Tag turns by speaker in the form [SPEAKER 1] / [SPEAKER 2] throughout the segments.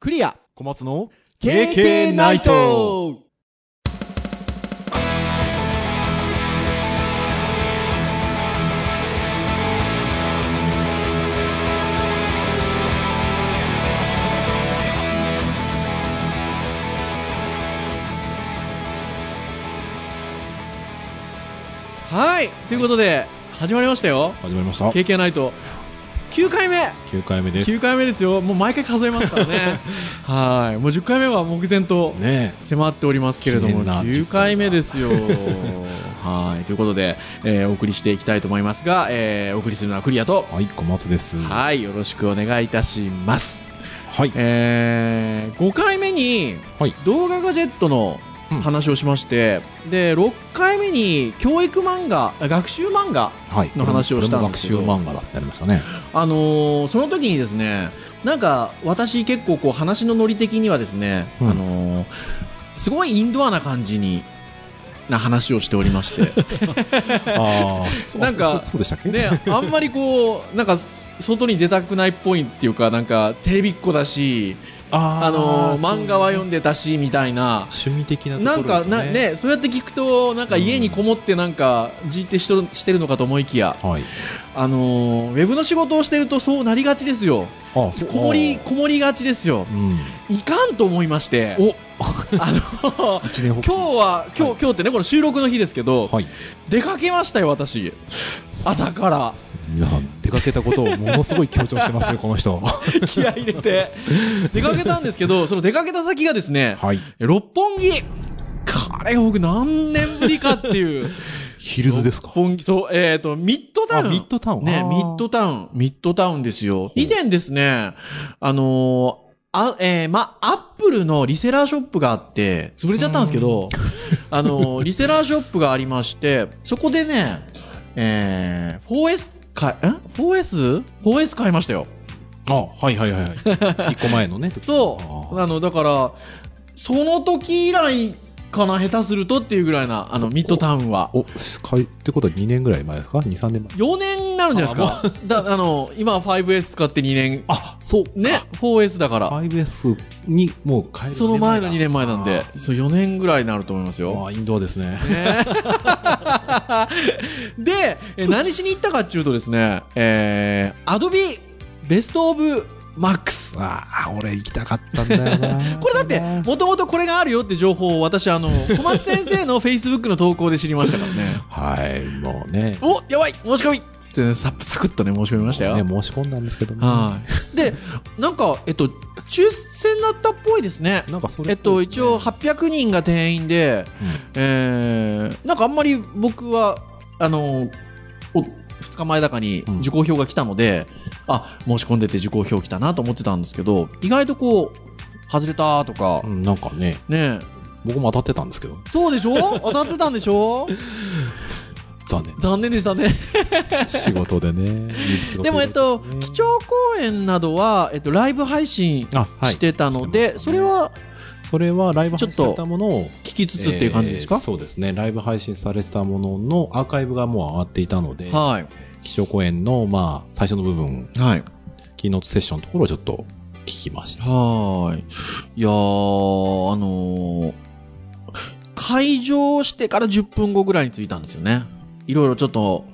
[SPEAKER 1] クリア
[SPEAKER 2] 小松の
[SPEAKER 1] KK ナイトはいということで始まりましたよ
[SPEAKER 2] 始まりました。
[SPEAKER 1] KK ナイト9回目
[SPEAKER 2] 9回目です。
[SPEAKER 1] 9回目ですよもう毎回数えますからね はいもう10回目は目前と
[SPEAKER 2] ね
[SPEAKER 1] 迫っておりますけれど
[SPEAKER 2] 記
[SPEAKER 1] も
[SPEAKER 2] 念な
[SPEAKER 1] 9回目ですよ はいということで、えーお送りしていきたいと思いますが、えーお送りするのはクリアと
[SPEAKER 2] え。はい、小松です。は
[SPEAKER 1] はいよろしくお願いいたします
[SPEAKER 2] い。
[SPEAKER 1] えー、5回目に
[SPEAKER 2] はい
[SPEAKER 1] 動画ガジェットの話をしまして、で6回目に教育漫画あ学習漫画
[SPEAKER 2] はい。
[SPEAKER 1] の話をしたんで
[SPEAKER 2] これも学
[SPEAKER 1] すけ
[SPEAKER 2] 習
[SPEAKER 1] ど
[SPEAKER 2] 漫画だってありましたね。
[SPEAKER 1] あのーその時にですね、なんか私結構こう話のノリ的にはですね、
[SPEAKER 2] うん
[SPEAKER 1] あのーすごいインドアな感じに、な話をしておりまして。
[SPEAKER 2] あ あ
[SPEAKER 1] なんか
[SPEAKER 2] そうそうでしたっ け
[SPEAKER 1] ね、あんまりこう、なんか、外に出たくないっぽいっていうか、なんか、テレビっ子だし、あ
[SPEAKER 2] あ
[SPEAKER 1] のー漫画は
[SPEAKER 2] よ
[SPEAKER 1] 読んでたし、みたいな。
[SPEAKER 2] 趣味的なとこ
[SPEAKER 1] なん
[SPEAKER 2] ろ
[SPEAKER 1] か、
[SPEAKER 2] と
[SPEAKER 1] な、ね、そうやって聞くと、なんか家にこもってなんか、じーってしとるしてるのかと思いきや、
[SPEAKER 2] はい。
[SPEAKER 1] あのーウェブの仕事をしてるとそうなりがちですよ。
[SPEAKER 2] ああ、
[SPEAKER 1] こもり、
[SPEAKER 2] あ
[SPEAKER 1] こもりがちですよ
[SPEAKER 2] あ。うん。
[SPEAKER 1] いかんと思いまして、
[SPEAKER 2] お
[SPEAKER 1] あの、
[SPEAKER 2] 一年
[SPEAKER 1] 今日は、今日、
[SPEAKER 2] は
[SPEAKER 1] 今日ってね、この収録の日ですけど、
[SPEAKER 2] はい。
[SPEAKER 1] 出かけましたよ、私。朝から、
[SPEAKER 2] 皆さん、出かけたことをものすごい強調してます よ、この人。は
[SPEAKER 1] 気合い入れて。出かけたんですけ ど、その出かけた先がですね、
[SPEAKER 2] い。
[SPEAKER 1] 六本木。これ、僕何年ぶりかって いう。
[SPEAKER 2] ヒルズです
[SPEAKER 1] 六
[SPEAKER 2] か。
[SPEAKER 1] 本木、そう、えっ、と、ミッドタウン。
[SPEAKER 2] あミッドタウン
[SPEAKER 1] ね
[SPEAKER 2] あ、ー
[SPEAKER 1] ミッドタウン、ミッドタウンですよ。以前ですね、あのーあ、えーま、アップルのリセラーショップがあって、潰れちゃったんですけど、 あのーリセラーショップがありまして、そこでね、えー、4S 買え、ん 4S?4S 買いましたよ。
[SPEAKER 2] あ、はいはいはいはい。一個前の ね。
[SPEAKER 1] そう。あの、だから、その時以来かな、下手するとっていうぐらいな、あの、ミッドタウンは。
[SPEAKER 2] お、すかいってことは2年ぐらい前ですか ?2、3年前。
[SPEAKER 1] 4年になるんじゃないですか。だ、あの、今は 5S 使って2年。
[SPEAKER 2] あ、そう。
[SPEAKER 1] ね、4S だから。
[SPEAKER 2] 5S にもう変える
[SPEAKER 1] その前の2年前なんで
[SPEAKER 2] あ、
[SPEAKER 1] そう4年ぐらいになると思います
[SPEAKER 2] ー
[SPEAKER 1] よ。
[SPEAKER 2] あーインドアですね。
[SPEAKER 1] で、え何しに行ったかっていうとですね、えー、Adobe ベストオブ Max。
[SPEAKER 2] ああ、俺行きたかったんだよな。
[SPEAKER 1] これだって、もともとこれがあるよって情報を私、 あの、小松先生の Facebook の投稿で知りましたからね。
[SPEAKER 2] はい、もうね。
[SPEAKER 1] おやばい申し込みつってね、ササクッとね、申し込みましたよ。
[SPEAKER 2] ね、申し込んだんですけどね。
[SPEAKER 1] はい。で、なんか、えっと、抽選だったっぽいですね。
[SPEAKER 2] なんかそれ、
[SPEAKER 1] えっと、一応、800人が定員で、
[SPEAKER 2] う
[SPEAKER 1] えーなんかあんまり僕はあのお2日前だかに
[SPEAKER 2] うん
[SPEAKER 1] 受講票が来たので、あ申し込んでて受講票来たなと思ってたんですけど意外とこう外れたとか、
[SPEAKER 2] んうんなんかね、
[SPEAKER 1] ね
[SPEAKER 2] 僕も当たってたんですけど、
[SPEAKER 1] えそうでしょ当たってたんでしょ
[SPEAKER 2] 残念。
[SPEAKER 1] 残念でしたね
[SPEAKER 2] 仕事でね。
[SPEAKER 1] でもえっと基調講演などは、えっと、ライブ配信
[SPEAKER 2] あ、はい。
[SPEAKER 1] してたので、
[SPEAKER 2] してました
[SPEAKER 1] そ
[SPEAKER 2] ね
[SPEAKER 1] れは
[SPEAKER 2] それはライブ
[SPEAKER 1] ちょ
[SPEAKER 2] 配
[SPEAKER 1] っと
[SPEAKER 2] 信されたものを、
[SPEAKER 1] 聞きつつっていう感じですか、
[SPEAKER 2] えーそうですね。ライブ配信されてたもののアーカイブがもう上がっていたので、
[SPEAKER 1] はい
[SPEAKER 2] 気象公演の、まあ、最初の部分、
[SPEAKER 1] はい
[SPEAKER 2] キーノートセッションのところをちょっと聞きました。
[SPEAKER 1] はーい。いやー、あのー、開場してから10分後ぐらいに着いたんですよね。いろいろちょっと、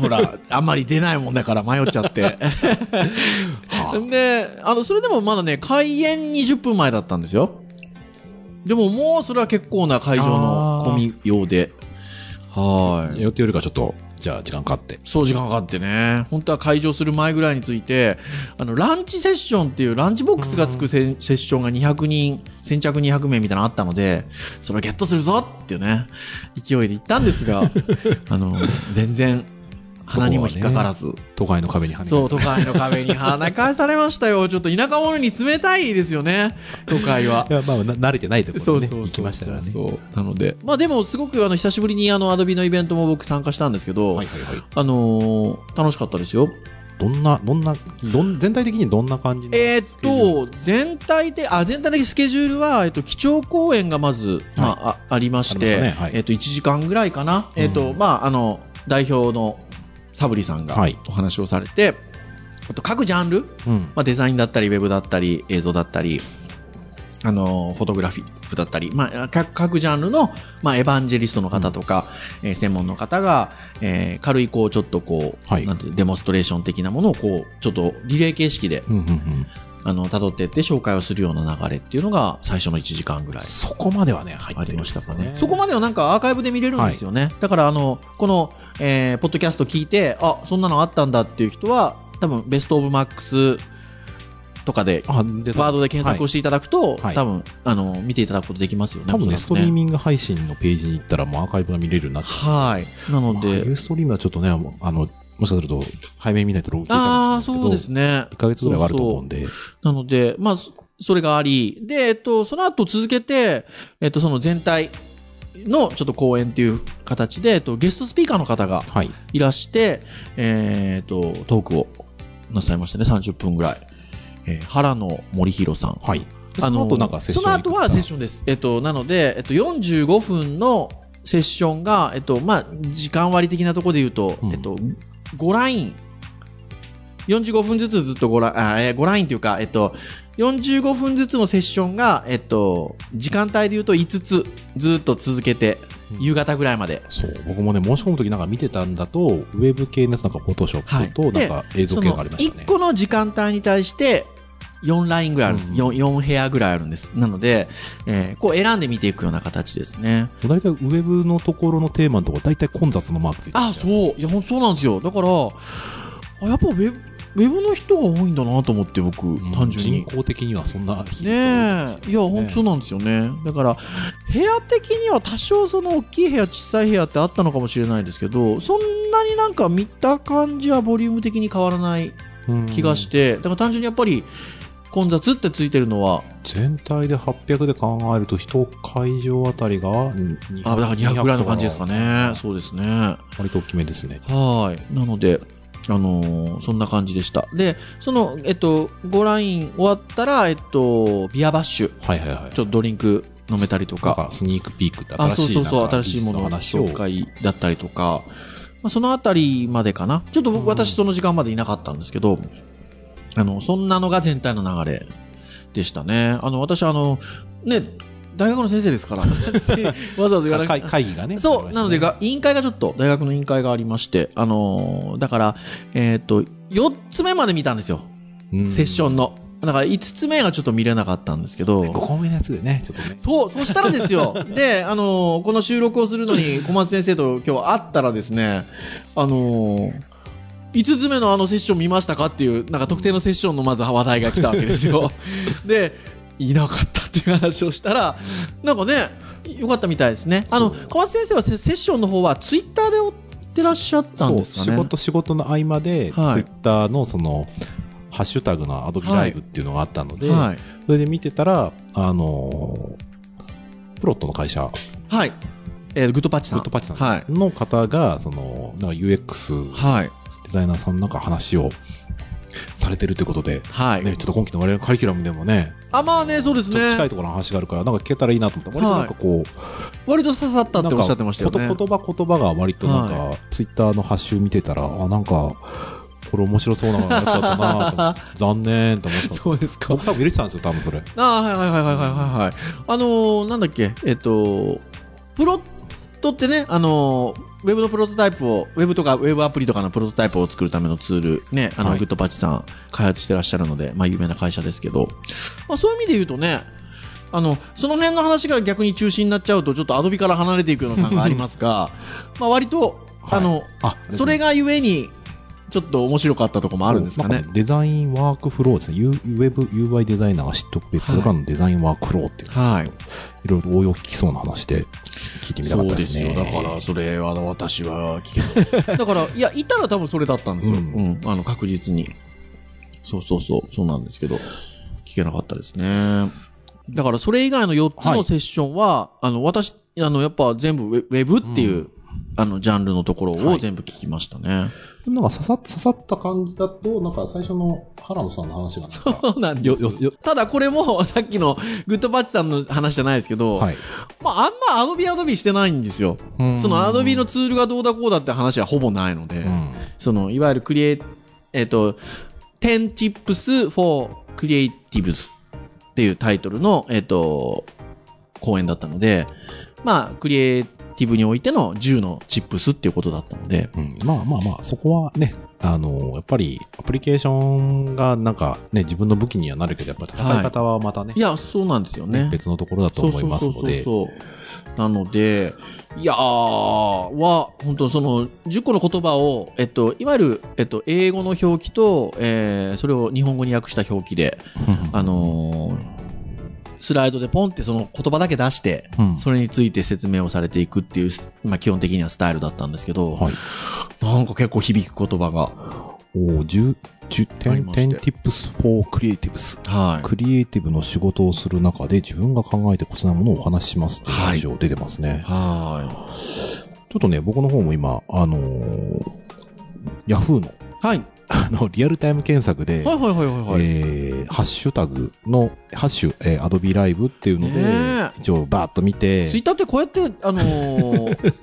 [SPEAKER 1] ほら、あんまり出ないもんだから迷っちゃって。で、あの、それでもまだね、開演20分前だったんですよ。でももうそれは結構な会場の混みようで。はーい。
[SPEAKER 2] 予定よりかちょっと、じゃあ時間かかって。
[SPEAKER 1] そう時間かかってね本当は開場する前ぐらいについてあのランチセッションっていうランチボックスがつくせんセッションが200人先着200名みたいなのあったのでそれをゲットするぞっていうね勢いで行ったんですが あの全然鼻にも引っかからず、
[SPEAKER 2] 都会の壁に跳ね
[SPEAKER 1] そう
[SPEAKER 2] 返
[SPEAKER 1] 都会の壁に跳ね返されましたよちょっと田舎者に冷たいですよね都会は
[SPEAKER 2] す。いや、まあ、な慣れてないとこ
[SPEAKER 1] そ
[SPEAKER 2] ろ
[SPEAKER 1] う
[SPEAKER 2] にね、
[SPEAKER 1] そうそう
[SPEAKER 2] 行きましたからね。
[SPEAKER 1] そうなのでまあでもすごくあの久しぶりにあのアドビのイベントも僕参加したんですけど、
[SPEAKER 2] はいはいはい。
[SPEAKER 1] あのー楽しかったですよ
[SPEAKER 2] どんな、どんな、どん全体的にどんな感じの
[SPEAKER 1] えーっと、全体で、あ、全体的スケジュールは、えっと、基調講演がまず、まあ、あありまして、
[SPEAKER 2] ありましたねはい
[SPEAKER 1] えっと、1時間ぐらいかな。
[SPEAKER 2] うん
[SPEAKER 1] えっと、まあ、あの、代表のサブリさんが
[SPEAKER 2] はい
[SPEAKER 1] お話をされて、あと各ジャンル、
[SPEAKER 2] うん。
[SPEAKER 1] まあ、デザインだったりウェブだったり映像だったりあのフォトグラフィックだったり、まあ、各各ジャンルの、まあ、エヴァンジェリストの方とか、えー専門の方が、えー軽いこうちょっとこう、
[SPEAKER 2] はい
[SPEAKER 1] なんていうデモストレーション的なものをこうちょっとリレー形式で
[SPEAKER 2] うんうんうん。
[SPEAKER 1] あの辿っていって紹介をするような流れっていうのが最初の1時間ぐらい。
[SPEAKER 2] そこまではね、入
[SPEAKER 1] あ
[SPEAKER 2] って
[SPEAKER 1] り
[SPEAKER 2] るん
[SPEAKER 1] ま
[SPEAKER 2] で
[SPEAKER 1] した
[SPEAKER 2] す
[SPEAKER 1] か
[SPEAKER 2] よ
[SPEAKER 1] ね
[SPEAKER 2] ね。
[SPEAKER 1] そこまではなんかアーカイブで見れるんですよね、だからあのこの、えーポッドキャスト聞いてあそんなのあったんだっていう人は多分ベストオブマックスとかで
[SPEAKER 2] あ、で、
[SPEAKER 1] ワードで検索をしていただくと、
[SPEAKER 2] はい
[SPEAKER 1] 多分あの見ていただくことできますよね
[SPEAKER 2] 多分ね、
[SPEAKER 1] お
[SPEAKER 2] ス
[SPEAKER 1] そ
[SPEAKER 2] ト
[SPEAKER 1] らく
[SPEAKER 2] リーミング配信のページに行ったらもうアーカイブが見れるようになって
[SPEAKER 1] はいなの
[SPEAKER 2] まあユ
[SPEAKER 1] で
[SPEAKER 2] ーストリームはちょっとね、あのあの、もしかすると、早めに見ないとログ
[SPEAKER 1] ああそうです
[SPEAKER 2] ね。
[SPEAKER 1] ね
[SPEAKER 2] 1ヶ月ぐらいはあると思うんで。
[SPEAKER 1] なので、まあ、そそれがあり、で、えっと、その後続けて、えっと、その全体のちょっと講演という形で、えっと、ゲストスピーカーの方が
[SPEAKER 2] はい。
[SPEAKER 1] いらして、えっと、トークをなさいましたね、30分ぐらい。えー原野森弘さん。
[SPEAKER 2] はい。でその後なんかセッション
[SPEAKER 1] その後はセッ
[SPEAKER 2] ョン。
[SPEAKER 1] ションです。えっと、なので、えっと、45分のセッションが、えっと、まあ、時間割的なところで言うと、
[SPEAKER 2] うん
[SPEAKER 1] えっと、5ライン、45分ずつずっと5ライン、あえー5ラインというか、えっと、45分ずつのセッションが、えっと、時間帯で言うと5つずっと続けて、
[SPEAKER 2] うん
[SPEAKER 1] 夕方ぐらいまで。
[SPEAKER 2] そう。僕もね、申し込む時なんか見てたんだと、ウェブ系のやつなんか、フォトショ
[SPEAKER 1] は
[SPEAKER 2] ッ
[SPEAKER 1] い
[SPEAKER 2] プと、なんか映像系がありまし
[SPEAKER 1] そ
[SPEAKER 2] た
[SPEAKER 1] の
[SPEAKER 2] ね
[SPEAKER 1] 1。個の時間帯に対して4ラインぐらいあるんです、
[SPEAKER 2] うん
[SPEAKER 1] 四四 4, 部屋ぐらいあるんですなので、えーこう選んで見ていくような形ですね
[SPEAKER 2] 大体ウェブのところのテーマのところ、大体混雑のマークついてるん
[SPEAKER 1] あ
[SPEAKER 2] ですよ
[SPEAKER 1] そういやほんそうなんですよだからあやっぱウェブウェブの人が多いんだなと思って僕、
[SPEAKER 2] うん
[SPEAKER 1] 単純に
[SPEAKER 2] 人口的にはそんな比率は多い
[SPEAKER 1] ね
[SPEAKER 2] です
[SPEAKER 1] え
[SPEAKER 2] よ
[SPEAKER 1] いや本当そうなんですよねだから部屋的には多少その大きい部屋小さい部屋ってあったのかもしれないですけどそんなになんか見た感じはボリューム的に変わらない
[SPEAKER 2] うん
[SPEAKER 1] 気がして、だから単純にやっぱり混雑ってついてるのは
[SPEAKER 2] 全体で800で考えると人会場あたりが200
[SPEAKER 1] あだから200ぐらいの感じですかね
[SPEAKER 2] 200
[SPEAKER 1] そうですねは
[SPEAKER 2] 割と大きめですね
[SPEAKER 1] いなのであのーそんな感じでしたでそのえっと5ライン終わったらえっとビアバッシュち
[SPEAKER 2] はいはいはい
[SPEAKER 1] ょっとドリンク飲めたりと
[SPEAKER 2] なん
[SPEAKER 1] か
[SPEAKER 2] かスニークピークって
[SPEAKER 1] あ
[SPEAKER 2] 新
[SPEAKER 1] そう
[SPEAKER 2] しい
[SPEAKER 1] そうそ
[SPEAKER 2] なん
[SPEAKER 1] う
[SPEAKER 2] か
[SPEAKER 1] 新しいもの
[SPEAKER 2] 技
[SPEAKER 1] の
[SPEAKER 2] 術の
[SPEAKER 1] 紹
[SPEAKER 2] 話を
[SPEAKER 1] 介だったりとか、まあ、そのあたりまでかなちょっと僕私その時間までいなかったんですけど、あのそんなのが全体の流れでしたねあの私あのね大学の先生ですからわざわざ言わなく
[SPEAKER 2] 会会議がね
[SPEAKER 1] そう、なのでが委員会がちょっと大学の委員会がありましてあのーだからえっ、と4つ目まで見たんですよ、セッショ
[SPEAKER 2] ン
[SPEAKER 1] ンのだから5つ目がちょっと見れなかったんですけど
[SPEAKER 2] 5個目のやつでねちょっとね
[SPEAKER 1] そう、そしたらです よ。で、あのーこの収録をするのに小松先生と今日会ったらですね、あのー、5つ目のあのセッション見ましたかっていう、なんか特定のセッションのまず話題が来たわけです よ。で、いなかったっていう話をしたら、なんかね、よかったみたいですね。あの、小松先生はセセッションの方はツイッターで追ってらっしゃったん
[SPEAKER 2] そ
[SPEAKER 1] で
[SPEAKER 2] う
[SPEAKER 1] すかね。
[SPEAKER 2] 仕事仕事の合間でツイ
[SPEAKER 1] はい
[SPEAKER 2] ッターのそのハッシュタグのアドビライブっていうのがあったので
[SPEAKER 1] はい。
[SPEAKER 2] それで見てたらあのープロットの会社
[SPEAKER 1] はい。えーグッドパッチさん。
[SPEAKER 2] グッドパッチさん
[SPEAKER 1] はい。
[SPEAKER 2] の方がそのなんか UX
[SPEAKER 1] はい。
[SPEAKER 2] デザイナーさんのなんか話をされてるということで、
[SPEAKER 1] はい。
[SPEAKER 2] ね、ちょっと今期の我々のカリキュラムでもね、
[SPEAKER 1] あ、まあね、そうです
[SPEAKER 2] ちょっと
[SPEAKER 1] ね。
[SPEAKER 2] 近いところの話があるから、なんか聞けたらいいなと思ったら、割となんかこう、
[SPEAKER 1] 割と刺さったっておっしゃってましたよね。
[SPEAKER 2] なんかこと言葉言葉が割となん
[SPEAKER 1] は
[SPEAKER 2] か、ツイッターのハッシュ見てたら、あ、なんか、これ面白そうなやつだったなと思 って残念と思ったんですけど
[SPEAKER 1] うですか。
[SPEAKER 2] 僕多分入れてたんですよ、多分それ。
[SPEAKER 1] ああ、はいはいはいはいはいはい。あのーなんだっけ、えっ、と、プロットってね、あのーウェブのプロトタイプを、ウェブとかウェブアプリとかのプロトタイプを作るためのツール、ね、あの、
[SPEAKER 2] はい
[SPEAKER 1] グッドパッチさん開発してらっしゃるので、まあ有名な会社ですけど、まあそういう意味で言うとね、あの、その辺の話が逆に中心になっちゃうと、ちょっとアドビから離れていくような感があります が、まあ割と、
[SPEAKER 2] は
[SPEAKER 1] あ
[SPEAKER 2] い
[SPEAKER 1] の、
[SPEAKER 2] あ
[SPEAKER 1] それ
[SPEAKER 2] が
[SPEAKER 1] がゆえに、ちょっと面白かったとこもあるんですかね。
[SPEAKER 2] デザインワークフローですね。U- Web UI デザイナーが知っておくべきこれからのデザインワークフローっていう、
[SPEAKER 1] はい。
[SPEAKER 2] いろいろ応用効きそうな話で聞いてみたかったですね。
[SPEAKER 1] そうですよだからそれは私は聞けない だからいやいたら多分それだったんですよ、う
[SPEAKER 2] うんん
[SPEAKER 1] あの確実にそうそうそうそうなんですけど聞けなかったですねだからそれ以外の4つ
[SPEAKER 2] は
[SPEAKER 1] の
[SPEAKER 2] い
[SPEAKER 1] セッションは、あの私あのやっぱ全部ウェウェブっていう、あのジャンルのところ
[SPEAKER 2] は
[SPEAKER 1] を
[SPEAKER 2] い
[SPEAKER 1] 全部聞きましたね、
[SPEAKER 2] でもなんか刺さ刺さった感じだと、なんか最初の原野さんの話がなんか。
[SPEAKER 1] そうなんです
[SPEAKER 2] よよよ
[SPEAKER 1] ただこれも さっきのグッドパッチさんの話じゃないですけど、
[SPEAKER 2] はい。
[SPEAKER 1] まあ、あんまアドビアドビしてないんですよそのアドビのツールがどうだこうだって話はほぼないので、
[SPEAKER 2] うん、
[SPEAKER 1] そのいわゆるクリエイ、えっと10 tips for creatives っていうタイトルの、えっ、と、講演だったので、まあ、クリエイティブにおいての10のチップスっていうことだったので、
[SPEAKER 2] うん、まあまあまあ、そこはね、あのやっぱりアプリケーションがなんかね、自分の武器にはなるけど、やっぱ戦い方はまたね、
[SPEAKER 1] いや、そうなんですよね。
[SPEAKER 2] 別のところだと思いますので、
[SPEAKER 1] そうそうそうそうなので、いやーは、本当その、10個の言葉を、えっと、いわゆる、えっと、英語の表記と、えーそれを日本語に訳した表記で、あのースライドでポンってその言葉だけ出して、
[SPEAKER 2] うん
[SPEAKER 1] それについて説明をされていくっていう、まあ、基本的にはスタイルだったんですけど、
[SPEAKER 2] はい。
[SPEAKER 1] なんか結構響く言葉が、
[SPEAKER 2] おー10、10
[SPEAKER 1] あり
[SPEAKER 2] 点、
[SPEAKER 1] まして
[SPEAKER 2] 10 tips for creatives。
[SPEAKER 1] はい。
[SPEAKER 2] クリエイティブの仕事をする中で自分が考えてこちらのものをお話ししますっていう
[SPEAKER 1] はい
[SPEAKER 2] 話を出てますね。
[SPEAKER 1] は
[SPEAKER 2] ちょっとね、僕の方も今、あのー、ヤフーの、
[SPEAKER 1] い。はい。
[SPEAKER 2] あの、リアルタイム検索で、
[SPEAKER 1] はいはいはいはいはい。
[SPEAKER 2] えーハッシュタグの、ハッシュ、えー、アドビライブっていうので、
[SPEAKER 1] ねえ
[SPEAKER 2] 一応バーッと見て
[SPEAKER 1] ツイ、ッターってこうやって、あの ー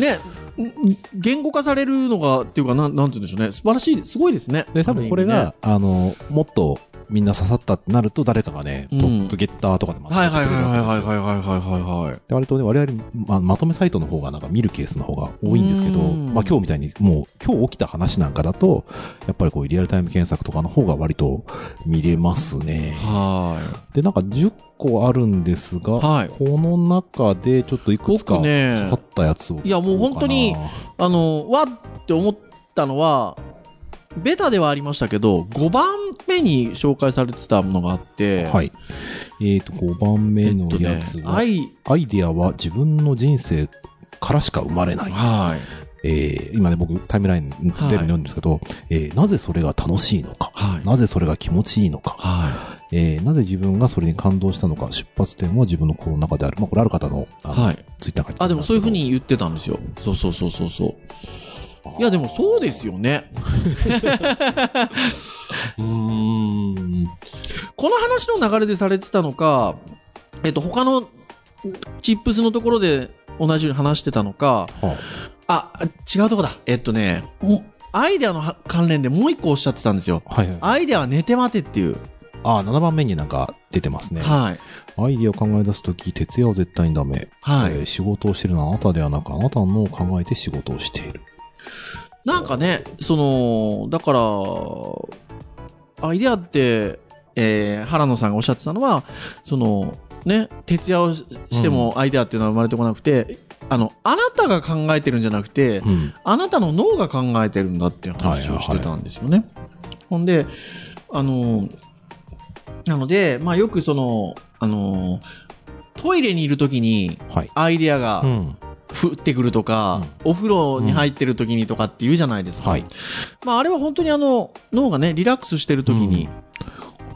[SPEAKER 1] ね、ん言語化されるのが、っていうか、なん、なんて言うんでしょうね。素晴らしい、すごいですね。
[SPEAKER 2] で、多分これ
[SPEAKER 1] ある意味
[SPEAKER 2] が
[SPEAKER 1] ね、、
[SPEAKER 2] あの、もっとみんな刺さったってなると、誰かがね、
[SPEAKER 1] うん
[SPEAKER 2] トップゲッターとかでまと
[SPEAKER 1] は
[SPEAKER 2] め
[SPEAKER 1] い
[SPEAKER 2] てく
[SPEAKER 1] はい
[SPEAKER 2] れ
[SPEAKER 1] は
[SPEAKER 2] る
[SPEAKER 1] いはい
[SPEAKER 2] わけ
[SPEAKER 1] は
[SPEAKER 2] で
[SPEAKER 1] い
[SPEAKER 2] すよ。
[SPEAKER 1] はいはいはいはい。
[SPEAKER 2] で割とね、我々、まあ、まとめサイトの方がなんか見るケースの方が多いんですけど、
[SPEAKER 1] うん
[SPEAKER 2] まあ今日みたいにもう今日起きた話なんかだと、やっぱりこうリアルタイム検索とかの方が割と見れますね。
[SPEAKER 1] は
[SPEAKER 2] で、なんか10個あるんですが、
[SPEAKER 1] はい
[SPEAKER 2] この中でちょっといくつか
[SPEAKER 1] 僕ね
[SPEAKER 2] 刺さったやつを、
[SPEAKER 1] い。いや、もう本当に、、あの、わって思ったのは、ベタではありましたけど、5番目に紹介されてたものがあって、
[SPEAKER 2] はい。えっ、と、5番
[SPEAKER 1] え
[SPEAKER 2] 目
[SPEAKER 1] っ
[SPEAKER 2] の
[SPEAKER 1] と
[SPEAKER 2] や
[SPEAKER 1] ね
[SPEAKER 2] つ、は、
[SPEAKER 1] アイ、
[SPEAKER 2] アイデアは自分の人生からしか生まれない。
[SPEAKER 1] はい。
[SPEAKER 2] えー今ね、僕タイムラインで見
[SPEAKER 1] はい
[SPEAKER 2] るんですけど、えーなぜそれが楽しいのか、
[SPEAKER 1] はい
[SPEAKER 2] なぜそれが気持ちいいのか、
[SPEAKER 1] は
[SPEAKER 2] えーなぜ自分がそれに感動したのか、出発点は自分の心の中である。まあ、これある方の、あ
[SPEAKER 1] い。
[SPEAKER 2] の
[SPEAKER 1] はい。
[SPEAKER 2] ツイッター書いて
[SPEAKER 1] あ、でもそういうふう
[SPEAKER 2] に
[SPEAKER 1] に言ってたんですよ。そうそうそうそうそう。いや、でもそうですよね。
[SPEAKER 2] うーん。
[SPEAKER 1] この話の流れでされてたのか、えっと、他のチップスのところで同じように話してたのか、
[SPEAKER 2] は
[SPEAKER 1] あ、違うとこだ。えっとね、もアイデアのは関連でもう一個おっしゃってたんですよ。
[SPEAKER 2] あ、はいはい。
[SPEAKER 1] アイデアは寝て待てっていう。
[SPEAKER 2] ああ、7番目になんか出てますね。
[SPEAKER 1] はい。
[SPEAKER 2] アイディアを考え出すとき、徹夜は絶対にダメ。
[SPEAKER 1] はい
[SPEAKER 2] えー仕事をしてるのはあなたではなく、あなたの脳を考えて仕事をしている。
[SPEAKER 1] なんかね、その、だから、アイデアって、えー原野さんがおっしゃってたのは、その、ね、徹夜をししてもアイデアっていうのは生まれてこなくて、あの、あなたが考えてるんじゃなくて、
[SPEAKER 2] うん。
[SPEAKER 1] あなたの脳が考えてるんだっていう話をしてたんですよね。ほんで、あの、なので、まあよくその、あの、トイレにいるときに
[SPEAKER 2] はい。
[SPEAKER 1] アイデアが
[SPEAKER 2] うん。
[SPEAKER 1] 降ってくるとか、お風呂に入ってるときにとかって言うじゃないですか。
[SPEAKER 2] はい。
[SPEAKER 1] まああれは本当にあの、脳がね、リラックスしてるときに、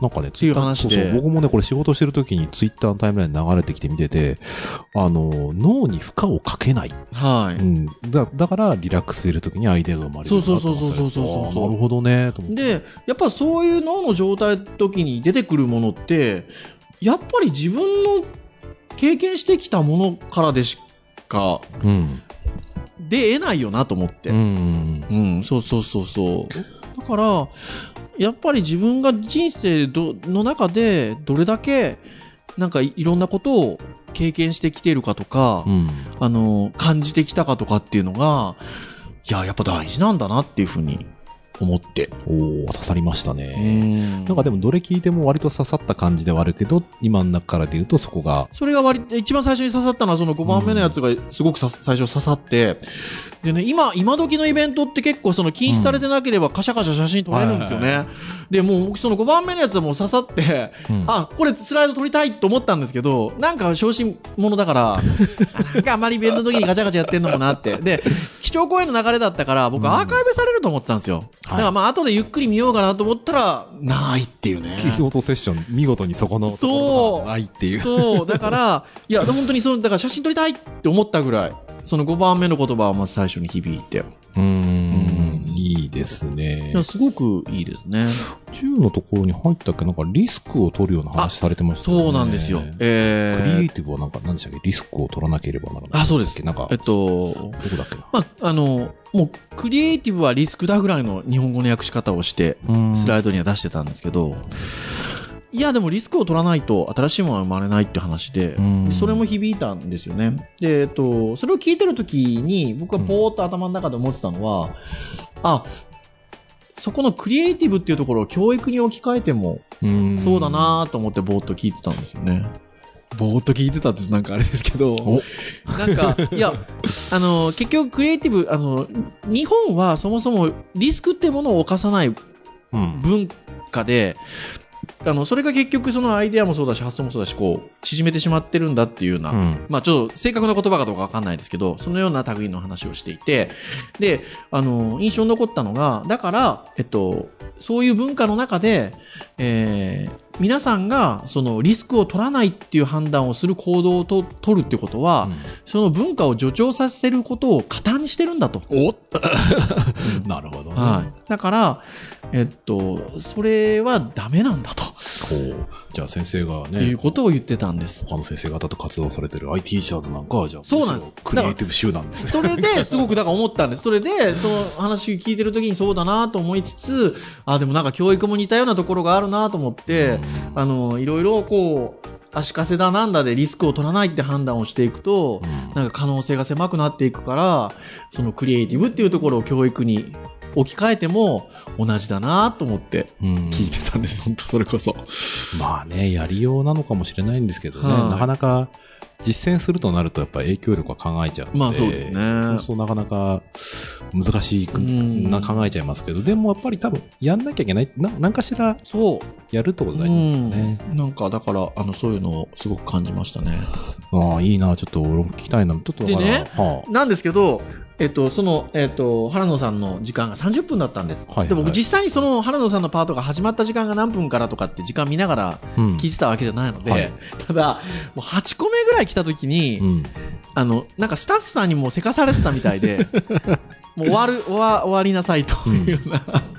[SPEAKER 2] なんかね、
[SPEAKER 1] ていう話で
[SPEAKER 2] ツイッターそうそう僕もね、これ仕事してるときにツイッターのタイムラインに流れてきて見てて、あの、脳に負荷をかけない。
[SPEAKER 1] はい。
[SPEAKER 2] うん。だだから、リラックスするときにアイデアが生まれるよになってます。
[SPEAKER 1] そうそうそうそうそうそうそう
[SPEAKER 2] あーなるほどね、と思って。
[SPEAKER 1] でやっぱそういう脳の状態の時に出てくるものってやっぱり自分の経験してきたものからでしか
[SPEAKER 2] うん。
[SPEAKER 1] 出得ないよなと思って、
[SPEAKER 2] う
[SPEAKER 1] うん
[SPEAKER 2] ん。
[SPEAKER 1] そうそうそうそうだからやっぱり自分が人生どの中でどれだけなんかいいろんなことを経験してきているかとか、
[SPEAKER 2] うん。
[SPEAKER 1] あの感じてきたかとかっていうのがいややっぱ大事なんだなっていうふうに思って。
[SPEAKER 2] おー、刺さりましたね。
[SPEAKER 1] ん
[SPEAKER 2] なんかでもどれ聞いても割と刺さった感じではあるけど、今の中からで言うとそこが、
[SPEAKER 1] それが割と一番最初に刺さったのはその5番目のやつがすごくさ、最初刺さってでね今今時のイベントって結構その禁止されてなければカシャカシャ写真撮れるんですよ
[SPEAKER 2] はい
[SPEAKER 1] ねでもう僕その5番目のやつはもう刺さってあこれスライド撮りたいと思ったんですけどなんか小心者だからなんかあまりイベントの時にガチャガチャやってんのかなってで基調講演の流れだったから僕アーカイブされると思ってたんですよ、
[SPEAKER 2] はい
[SPEAKER 1] だからまあ後でゆっくり見ようかなと思ったらないっていうね
[SPEAKER 2] キーノートセッション、見事にそこの
[SPEAKER 1] そう
[SPEAKER 2] ところがないっていう。
[SPEAKER 1] そう、だから、いや、本当にその、だから写真撮りたいって思ったぐらい、その5番目の言葉はまず最初に響いて。
[SPEAKER 2] うーん、いいいですね
[SPEAKER 1] い。や、すごくいいですね。
[SPEAKER 2] 10のところに入ったっけなんかリスクを取るような話されてましたよね。
[SPEAKER 1] そうなんですよ。
[SPEAKER 2] ク
[SPEAKER 1] え
[SPEAKER 2] リエ
[SPEAKER 1] ー
[SPEAKER 2] イティブはなんか何でしたっけリスクを取らなければならない。
[SPEAKER 1] あそうです
[SPEAKER 2] なんか、
[SPEAKER 1] え
[SPEAKER 2] ど
[SPEAKER 1] っと、
[SPEAKER 2] こだっけな。
[SPEAKER 1] まあ、あの、もう、クリエイティブはリスクだぐらいの日本語の訳し方をして、
[SPEAKER 2] うん
[SPEAKER 1] スライドには出してたんですけど、いや、でもリスクを取らないと新しいものは生まれないって話で
[SPEAKER 2] う、ん
[SPEAKER 1] それも響いたんですよね。で、えっと、それを聞いてるときに、僕はぼーっと頭の中で思ってたのは、あ、そこのクリエイティブっていうところを教育に置き換えても、
[SPEAKER 2] うん
[SPEAKER 1] そうだなーと思ってぼーっと聞いてたんですよね。ぼーっと聞いてたってなんかあれですけど
[SPEAKER 2] お
[SPEAKER 1] なんか、いや、あの、結局クリエイティブ、あの、日本はそもそもリスクってものを犯さない
[SPEAKER 2] うん。
[SPEAKER 1] 文化で、あの、それが結局そのアイデアもそうだし、発想もそうだし、こう、縮めてしまってるんだっていうような、
[SPEAKER 2] うん
[SPEAKER 1] まあちょっと正確な言葉かどうかわかんないですけど、そのような類の話をしていて、で、あの、印象に残ったのが、だから、えっと、そういう文化の中で、えー皆さんが、その、リスクを取らないっていう判断をする行動をと取るってことは、その文化を助長させることを加担にしてるんだと。
[SPEAKER 2] お なるほどね。
[SPEAKER 1] はい。だから、えっと、それはダメなんだと、
[SPEAKER 2] こう、じゃあ先生が
[SPEAKER 1] い
[SPEAKER 2] ね
[SPEAKER 1] う、ことを言ってたんです。
[SPEAKER 2] 他の先生方と活動されてる IT ティーチャーズなんかは、じゃあ、
[SPEAKER 1] そうなんです
[SPEAKER 2] むしろクリエイティブ集団ですね。
[SPEAKER 1] それ ですごくだから思ったんです。それで、その話聞いてる時にそうだなと思いつつ、あ、でもなんか教育も似たようなところがあるなと思って、あの、いろいろこう、足かせだなんだでリスクを取らないって判断をしていくと、なんか可能性が狭くなっていくから、そのクリエイティブっていうところを教育に置き換えても同じだなと思って
[SPEAKER 2] うん
[SPEAKER 1] 聞いてたんです。本当それこそ。
[SPEAKER 2] まあね、やりようなのかもしれないんですけどね、
[SPEAKER 1] はい
[SPEAKER 2] なかなか実践するとなるとやっぱ影響力は考えちゃうので。
[SPEAKER 1] まあそうですね
[SPEAKER 2] そうそう、なかなか難しく
[SPEAKER 1] うん
[SPEAKER 2] な考えちゃいますけど、でもやっぱり多分やんなきゃいけない、ななんかしら
[SPEAKER 1] そう。
[SPEAKER 2] やるってことが大事ですよね。
[SPEAKER 1] うんなんかだから、あの、そういうのをすごく感じましたね。
[SPEAKER 2] ああ、いいな、ちょっと俺も聞きたいな。ちょっとだから
[SPEAKER 1] でね
[SPEAKER 2] は
[SPEAKER 1] なんですけど、えっと、その、えっと、原野さんの時間が30分だったんです。
[SPEAKER 2] はいはい
[SPEAKER 1] で、僕実際にその原野さんのパートが始まった時間が何分からとかって時間見ながら
[SPEAKER 2] あうん
[SPEAKER 1] 聞いてたわけじゃないので、
[SPEAKER 2] はい
[SPEAKER 1] ただ、もう8個目ぐらい来た時に、
[SPEAKER 2] うん
[SPEAKER 1] あの、なんかスタッフさんにもうせかされてたみたい で、もう終わる、終わ終わりなさいというような。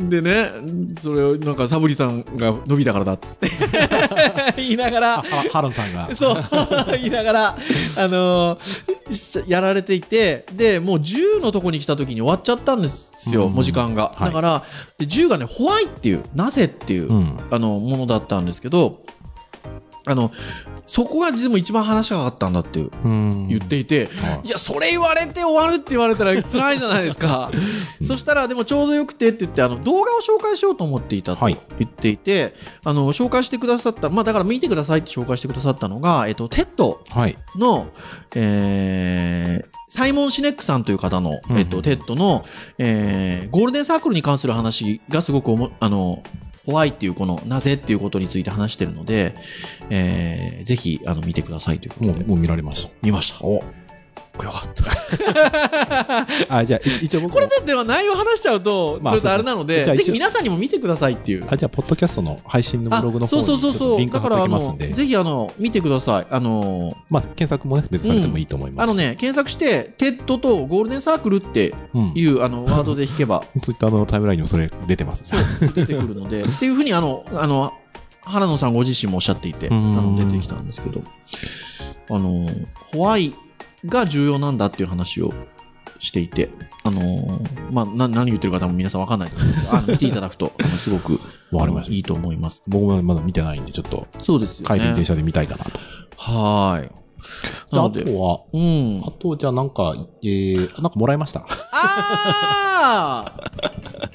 [SPEAKER 1] でね、それをなんかサブリさんが伸びたからだっつって 言いながら
[SPEAKER 2] あ、はハロンさ んが。
[SPEAKER 1] そう言いながら、あのーしやられていてでもう10のとこに来た時に終わっちゃったんですよ、
[SPEAKER 2] うん
[SPEAKER 1] もう時間が、
[SPEAKER 2] はい
[SPEAKER 1] だからで10がね「ホワイ」っていう「なぜ」っていう、
[SPEAKER 2] うん。
[SPEAKER 1] あのものだったんですけどあのそこが実は一番話したかったんだっていう
[SPEAKER 2] うん
[SPEAKER 1] 言っていて、
[SPEAKER 2] はい
[SPEAKER 1] いや、それ言われて終わるって言われたら辛いじゃないです か。そしたら、でもちょうどよくてって言って、あの、動画を紹介しようと思っていたと
[SPEAKER 2] はい
[SPEAKER 1] 言っていて、あの、紹介してくださった、まあだから見てくださいって紹介してくださったのが、えっと、テッド
[SPEAKER 2] はい。
[SPEAKER 1] の、えー、サイモン・シネックさんという方の、
[SPEAKER 2] うんうん
[SPEAKER 1] えっと、テッドの、えー、ゴールデンサークルに関する話がすごくおも、あの、怖いっていうこの、なぜっていうことについて話してるので、えー、ぜひ、あの、見てくださいということ
[SPEAKER 2] も
[SPEAKER 1] で。
[SPEAKER 2] う、もう見られまし
[SPEAKER 1] 見ました。
[SPEAKER 2] お
[SPEAKER 1] よかった。
[SPEAKER 2] た。 あ、じゃあ、い一応僕も
[SPEAKER 1] これちょっとでも内容話しちゃうと、
[SPEAKER 2] まあ
[SPEAKER 1] ちょっとあれなの
[SPEAKER 2] そう
[SPEAKER 1] で、
[SPEAKER 2] ですねじゃあ
[SPEAKER 1] ぜひ
[SPEAKER 2] 一応
[SPEAKER 1] 皆さんにも見てくださいっていう。
[SPEAKER 2] あ、じゃあ、ポッドキャストの配信のブログの方
[SPEAKER 1] そう
[SPEAKER 2] に
[SPEAKER 1] そうそう
[SPEAKER 2] ちょ
[SPEAKER 1] そ
[SPEAKER 2] っと
[SPEAKER 1] う。
[SPEAKER 2] リンク
[SPEAKER 1] だ
[SPEAKER 2] 貼
[SPEAKER 1] か
[SPEAKER 2] っ
[SPEAKER 1] ら、
[SPEAKER 2] てお
[SPEAKER 1] あ
[SPEAKER 2] き
[SPEAKER 1] の、
[SPEAKER 2] ますんで、
[SPEAKER 1] ぜひあの、見てください。あの、
[SPEAKER 2] まあ、検索もね、別されてもいいと思います。
[SPEAKER 1] あのね、検索して、テッドとゴールデンサークルって
[SPEAKER 2] うん
[SPEAKER 1] い。う、あの、ワードで弾けば
[SPEAKER 2] ツイッターのタイムラインにもそれ出てますね。
[SPEAKER 1] 出てくるの で、っていうふうに、あの、あの、原野さんご自身もおっしゃっていて、あ
[SPEAKER 2] う
[SPEAKER 1] の、
[SPEAKER 2] ん
[SPEAKER 1] 出てきたんですけど、あの、ホワイが重要なんだっていう話をしていて、あの、まあ、な、何言ってる方も皆さんわかんないと思うんですけど、あの見ていただくと、あのすごく、
[SPEAKER 2] わかりました
[SPEAKER 1] あのいいと思います。
[SPEAKER 2] 僕もまだ見てないんで、ちょっと
[SPEAKER 1] そうですよ
[SPEAKER 2] 帰
[SPEAKER 1] ね。
[SPEAKER 2] りに電車で見たいかなと。
[SPEAKER 1] はーい。
[SPEAKER 2] じ
[SPEAKER 1] な
[SPEAKER 2] ゃあ、
[SPEAKER 1] の
[SPEAKER 2] あ
[SPEAKER 1] で、
[SPEAKER 2] とは、
[SPEAKER 1] うん
[SPEAKER 2] あ。と、じゃあなんか、えー、なんかもらいました。
[SPEAKER 1] あ あ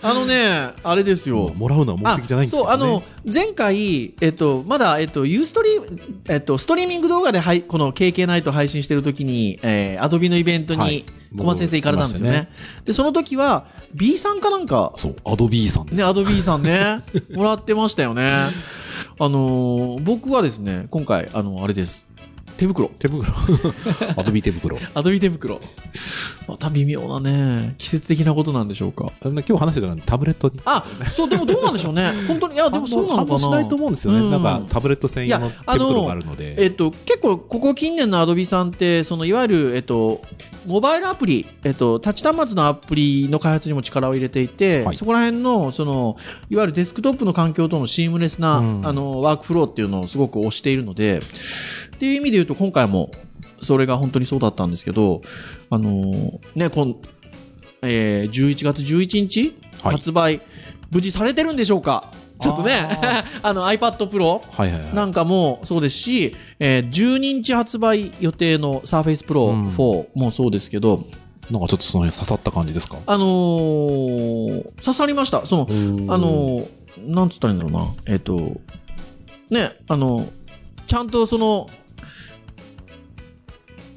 [SPEAKER 1] あのね、あれですよ。
[SPEAKER 2] もらうのは目
[SPEAKER 1] あ
[SPEAKER 2] 的じゃないんです
[SPEAKER 1] そう、あの、前回、えっと、まだ、えっと、ユーストリーム、えっと、ストリーミング動画で、はい、この KK ナイト配信してる時に、えー、アドビのイベント
[SPEAKER 2] は
[SPEAKER 1] に
[SPEAKER 2] い、
[SPEAKER 1] 小松先生行かれたんですよね。
[SPEAKER 2] 僕行
[SPEAKER 1] で、その時は、B さんかなんか、
[SPEAKER 2] そう、アドビーさんです。
[SPEAKER 1] ね、アドビーさん ね、もらってましたよね。あのー僕はですね、今回、 あの、あれです。手袋。
[SPEAKER 2] 手袋。アドビー手袋。
[SPEAKER 1] アドビ手袋。また微妙なね、季節的なことなんでしょうか。
[SPEAKER 2] あのね今日話してたのはタブレットに。
[SPEAKER 1] あ、そう、でもどうなんでしょうね。本当に、いや、でもそうなの
[SPEAKER 2] 反
[SPEAKER 1] か
[SPEAKER 2] 応し
[SPEAKER 1] な。
[SPEAKER 2] ないと思うんですよね。
[SPEAKER 1] うん
[SPEAKER 2] なんかタブレット専用の
[SPEAKER 1] い
[SPEAKER 2] 手
[SPEAKER 1] やあの
[SPEAKER 2] 袋があるので。
[SPEAKER 1] えっと、結構、ここ近年のアドビさんって、そのいわゆる、えっと、モバイルアプリ、えっと、タッチ端末のアプリの開発にも力を入れていて、
[SPEAKER 2] はい
[SPEAKER 1] そこら辺の、その、いわゆるデスクトップの環境とのシームレスな、
[SPEAKER 2] うん
[SPEAKER 1] あの、ワークフローっていうのをすごく推しているので、っていう意味で言うと、今回も、それが本当にそうだったんですけど、あのね、こん、えー、11月11日、
[SPEAKER 2] はい
[SPEAKER 1] 発売、無事されてるんでしょうかちょっとね、 あの iPad Pro
[SPEAKER 2] はいはいはい。
[SPEAKER 1] なんかもそうですし、えー12日発売予定の Surface
[SPEAKER 2] うん
[SPEAKER 1] Pro 4もそうですけど、
[SPEAKER 2] なんかちょっとその辺刺さった感じですか
[SPEAKER 1] あのー刺さりました。その、あのーなんつったらいいんだろうな。えっ、と、ね、あの、ちゃんとその、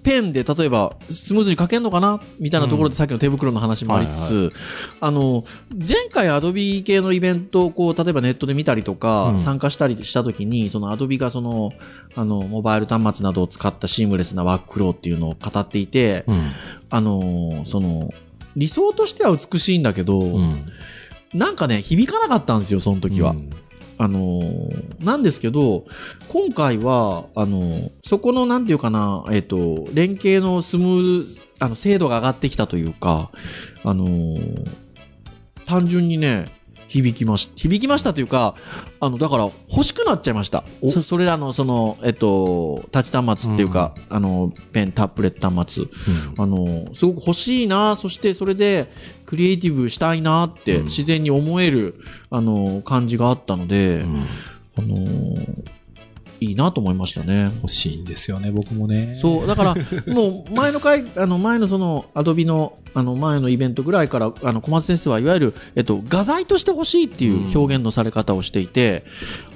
[SPEAKER 1] ペンで例えばスムーズに書けるのかなみたいなところでさっきの手袋の話もありつつ、あの、前回アドビ系のイベントをこう、例えばネットで見たりとか、
[SPEAKER 2] うん
[SPEAKER 1] 参加したりした時に、そのアドビがその、あの、モバイル端末などを使ったシームレスなワークフローっていうのを語っていて、
[SPEAKER 2] うん。
[SPEAKER 1] あの、その、理想としては美しいんだけど、
[SPEAKER 2] うん。
[SPEAKER 1] なんかね、響かなかったんですよ、その時は。
[SPEAKER 2] うん
[SPEAKER 1] あのーなんですけど、今回は、あのーそこの、なんていうかな、えっ、と、連携のスムーズ、あの、精度が上がってきたというか、あのー単純にね、響きました。響きましたというか、あの、だから、欲しくなっちゃいました。
[SPEAKER 2] お
[SPEAKER 1] そそれらの、その、えっ、と、タッチ端末っていうか、あの、ペン、タブレット端末。あのすごく欲しいなそしてそれでクリエイティブしたいなって
[SPEAKER 2] うん
[SPEAKER 1] 自然に思える、あの感じがあったので、
[SPEAKER 2] うん
[SPEAKER 1] あのいいなと思いましたね。
[SPEAKER 2] 欲しいんですよね、僕もね。
[SPEAKER 1] そうだから もう前の回あの前のそのアドビのあの前のイベントぐらいからあの小松先生はいわゆる、えっと、画材として欲しいっていう表現のされ方をしていて、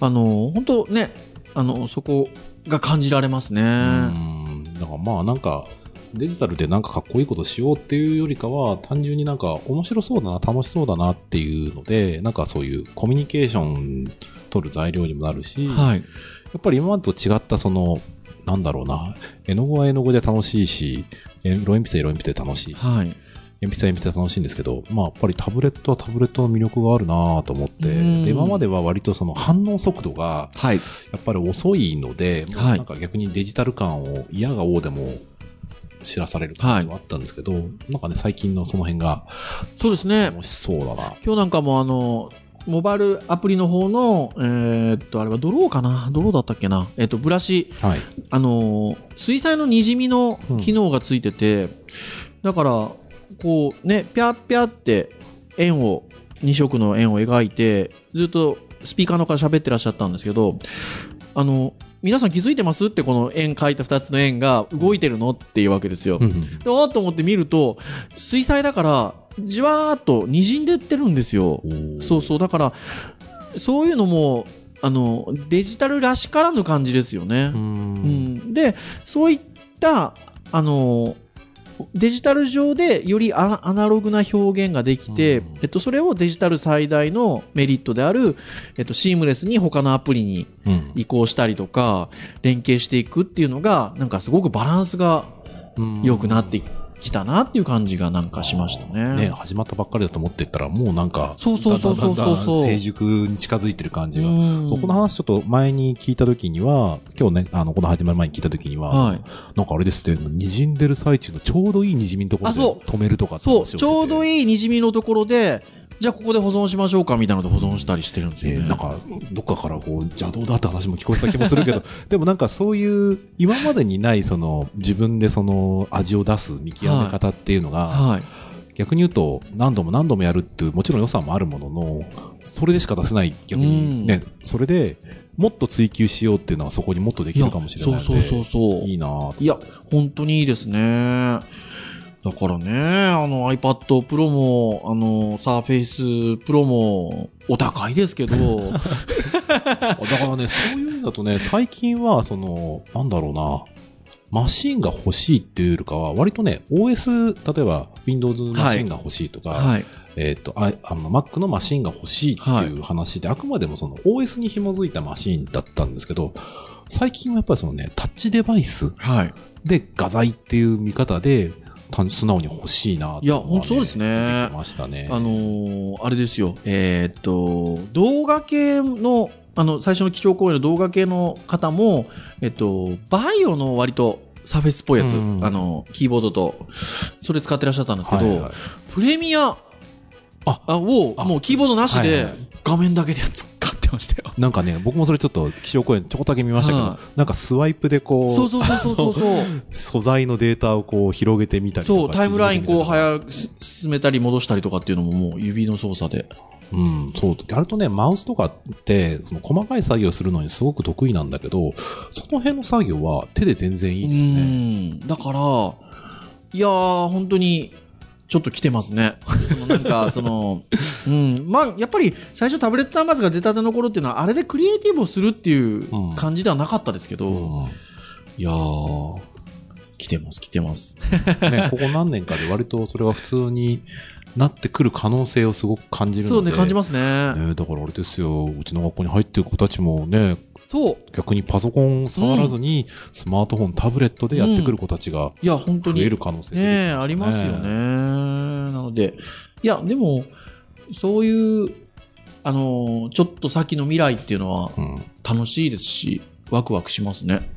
[SPEAKER 1] あの本当ねあのそこが感じられますね。
[SPEAKER 2] うん。だからまあなんか、デジタルでなんかかっこいいことしようっていうよりかは、単純になんか面白そうだな、楽しそうだなっていうので、なんかそういうコミュニケーション取る材料にもなるし、
[SPEAKER 1] はい、
[SPEAKER 2] やっぱり今までと違ったその、なんだろうな、絵の具は絵の具で楽しいし、え色鉛筆は色鉛筆で楽しいし
[SPEAKER 1] はい
[SPEAKER 2] 鉛筆は鉛筆で楽しいんですけど、まあ、やっぱりタブレットはタブレットの魅力があるなぁと思って、
[SPEAKER 1] うん
[SPEAKER 2] で、今までは割とその反応速度が
[SPEAKER 1] はい
[SPEAKER 2] やっぱり遅いので、
[SPEAKER 1] はい
[SPEAKER 2] もうなんか逆にデジタル感を嫌がおうでも知らされる感じはあったんですけど、なんかね、最近のその辺が
[SPEAKER 1] そうですね
[SPEAKER 2] 楽しそうだな。
[SPEAKER 1] 今日なんかもあのモバイルアプリの方の、えーっと、あれはドローかなドローだったっけなえーっと、ブラシ、
[SPEAKER 2] はい。
[SPEAKER 1] あのー水彩のにじみの機能がついてて、だから、こうね、ぴゃっぴゃって円を、2色の円を描いて、ずっとスピーカーの方から喋ってらっしゃったんですけど、あの、皆さん気づいてますってこの円描いた2つの円が動いてるのっていうわけですよ。で、あーと思って見ると、水彩だから、じわーっと滲んでってるんですよ。そうそう。だから、そういうのも、あの、デジタルらしからぬ感じですよね
[SPEAKER 2] う。。
[SPEAKER 1] うんん。で、そういった、あの、デジタル上でよりアナアナログな表現ができて、
[SPEAKER 2] うん
[SPEAKER 1] えっと、それをデジタル最大のメリットである、えっと、シームレスに他のアプリに
[SPEAKER 2] うん。
[SPEAKER 1] 移行したりとか、連携していくっていうのが、なんかすごくバランスが
[SPEAKER 2] うん
[SPEAKER 1] 良くなってきたなっていう感じがなんかしましたね。
[SPEAKER 2] ね、始まったばっかりだと思ってったら、もうなんか、
[SPEAKER 1] そうそうそうそうそう
[SPEAKER 2] だんだんだんだん成熟に近づいてる感じが。
[SPEAKER 1] うん
[SPEAKER 2] そこの話ちょっと前に聞いた時には、今日ね、あの、この始まる前に聞いた時には、
[SPEAKER 1] はい。
[SPEAKER 2] なんかあれですね、滲んでる最中のちょうどいい滲みのところで
[SPEAKER 1] あそう
[SPEAKER 2] 止めるとかって
[SPEAKER 1] そう、
[SPEAKER 2] 話を
[SPEAKER 1] ちょうど
[SPEAKER 2] い
[SPEAKER 1] いいにじみのところで、じゃあここで保存しましょうかみたいなので保存したりしてるんです
[SPEAKER 2] ね、
[SPEAKER 1] よね。
[SPEAKER 2] なんか、どっかからこう、邪道だって話も聞こえてた気もするけど、でもなんかそういう、今までにない、その、自分でその、味を出す見極め方っていうのが、
[SPEAKER 1] はい。
[SPEAKER 2] 逆に言うと、何度も何度もやるっていう、もちろん良さもあるものの、それでしか出せない、逆にね、それで、もっと追求しようっていうのはそこにもっとできるかもしれないので、
[SPEAKER 1] そうそうそうそう。
[SPEAKER 2] いいなぁと
[SPEAKER 1] いや、本当にいいですね。だからね、あの iPad Pro も、あの Surface Pro も、お高いですけ ど、
[SPEAKER 2] だからね、そういう意味だとね、最近は、その、なんだろうな、マシンが欲しいっていうよりかは、割とね、OS、例えば Windows のマシンが欲しいとか、
[SPEAKER 1] はい。
[SPEAKER 2] えっ、と、ああの Mac のマシンが欲しいっていう話で、あくまでもその OS に紐づいたマシンだったんですけど、最近はやっぱりそのね、タッチデバイス
[SPEAKER 1] はい。
[SPEAKER 2] で画材っていう見方で、単素直に欲しいなってい
[SPEAKER 1] いや
[SPEAKER 2] のはね
[SPEAKER 1] ほんとそうですね
[SPEAKER 2] 出てきましたね。
[SPEAKER 1] あのーあれですよ、えーっと、動画系の、あの、最初の基調講演の動画系の方も、えっと、バイオの割と、サーフェスっぽいやつ、
[SPEAKER 2] うん
[SPEAKER 1] あの、キーボードと、それ使ってらっしゃったんですけど、
[SPEAKER 2] はいはい
[SPEAKER 1] プレミア
[SPEAKER 2] あ
[SPEAKER 1] あを、
[SPEAKER 2] あ
[SPEAKER 1] もうキーボードなし
[SPEAKER 2] はい
[SPEAKER 1] で
[SPEAKER 2] はい、
[SPEAKER 1] 画面だけで使ってましたよ。
[SPEAKER 2] なんかね、僕もそれちょっと、気象公演ちょこっとだけ見ましたけど、
[SPEAKER 1] は
[SPEAKER 2] なんかスワイプでこう、
[SPEAKER 1] そうそうそう そうそう。
[SPEAKER 2] 素材のデータをこう広げてみたりとか。
[SPEAKER 1] そう、タイムラインこう
[SPEAKER 2] 縮めて
[SPEAKER 1] 早くす進めたり戻したりとかっていうのももう指の操作で。
[SPEAKER 2] みたりとかうん、そう。やるとね、マウスとかって、その細かい作業するのにすごく得意なんだけど、その辺の作業は手で全然いいですね。
[SPEAKER 1] うん。だから、いやー、本当に、ちょっと来てますね。そのなん か、その、うん。まあ、やっぱり最初タブレット端末が出たての頃っていうのは、あれでクリエイティブをするっていう
[SPEAKER 2] うん
[SPEAKER 1] 感じではなかったですけど、
[SPEAKER 2] うん
[SPEAKER 1] いやー、来てます、来てます。
[SPEAKER 2] ね、ここ何年かで割とそれは普通になってくる可能性をすごく感じる
[SPEAKER 1] そ
[SPEAKER 2] の
[SPEAKER 1] う
[SPEAKER 2] で。
[SPEAKER 1] ね、感じ
[SPEAKER 2] ま
[SPEAKER 1] ますね。
[SPEAKER 2] ね。だからあれですよ、うちの学校に入ってる子たちもね、
[SPEAKER 1] そう。
[SPEAKER 2] 逆にパソコン触らずに、スマートフォン、タブレットでやってくる子たちが
[SPEAKER 1] いや、本当
[SPEAKER 2] 増
[SPEAKER 1] に。
[SPEAKER 2] える可能性出てきました
[SPEAKER 1] ねえ、ありますよね。。なので、いや、でも、そういう、あのー、ちょっと先の未来っていうのは
[SPEAKER 2] うん
[SPEAKER 1] 楽しいですし、ワクワクします ね。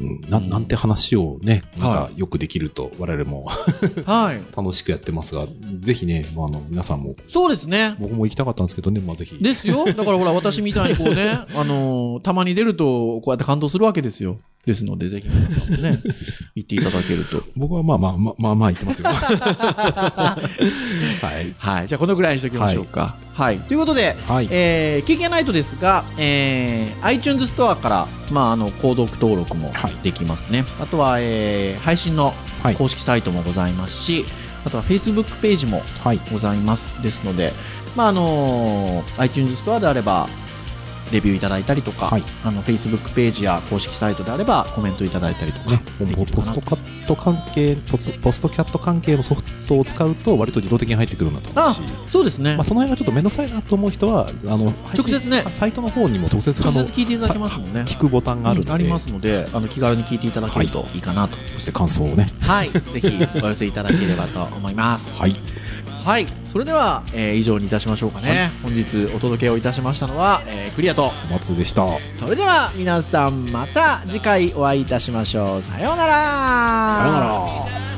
[SPEAKER 2] うん、ななんて話をね、なん
[SPEAKER 1] は
[SPEAKER 2] かよくできると我々も
[SPEAKER 1] はい。
[SPEAKER 2] 楽しくやってますが、ぜひね、まあ、あの皆さんも、
[SPEAKER 1] そうですね。
[SPEAKER 2] 僕も行きたかったんですけどね、まあ、ぜひ。
[SPEAKER 1] ですよ。だからほら、私みたいにこう ね、あのー、たまに出ると、こうやって感動するわけですよ。ですので、ぜひ皆さんも ね、行っていただけると。
[SPEAKER 2] 僕はまあまあまあまあまあ言っ てますよ。はい。
[SPEAKER 1] はい。じゃあ、このぐらいにしておきましょうか。はい。ということで、
[SPEAKER 2] はい
[SPEAKER 1] えー、経験ないとですが、えー、iTunes ストアから、まあ、あの、購読登録も
[SPEAKER 2] はい
[SPEAKER 1] できますね。あとは、えー、配信の
[SPEAKER 2] はい
[SPEAKER 1] 公式サイトもございますし、あとは Facebook ページも
[SPEAKER 2] はい。
[SPEAKER 1] ございます。ですので、まあ、あのー iTunes ストアであれば、レビューいただいたりとか、
[SPEAKER 2] はい
[SPEAKER 1] あの、Facebook ページや公式サイトであれば、コメントいただいたりとか、
[SPEAKER 2] ね、
[SPEAKER 1] でき
[SPEAKER 2] ポ
[SPEAKER 1] るか
[SPEAKER 2] ポス
[SPEAKER 1] な
[SPEAKER 2] トカット関係ポス、ポストキャット関係のソフトを使うと、割と自動的に入ってくるようになって
[SPEAKER 1] あ
[SPEAKER 2] るし。、
[SPEAKER 1] そうですね
[SPEAKER 2] まあ、。その辺がちょっと面倒くさいなと思う人は、あの、
[SPEAKER 1] 直接ね
[SPEAKER 2] 配信サイトの方にも直接あ
[SPEAKER 1] 直
[SPEAKER 2] の
[SPEAKER 1] 接聞いていただけますもんね。
[SPEAKER 2] 聞くボタンがあるので、
[SPEAKER 1] うんありますのであの気軽に聞いていただけるといいかなと
[SPEAKER 2] そして感想をね。
[SPEAKER 1] はい、ぜひお寄せいただければと思います
[SPEAKER 2] はい。
[SPEAKER 1] はいそれでは、えー以上にいたしましょうかね、本日お届けをいたしましたのは、えークリアと
[SPEAKER 2] 小松でした。
[SPEAKER 1] それでは皆さんまた次回お会いいたしましょうさようなら
[SPEAKER 2] さようなら。
[SPEAKER 3] 「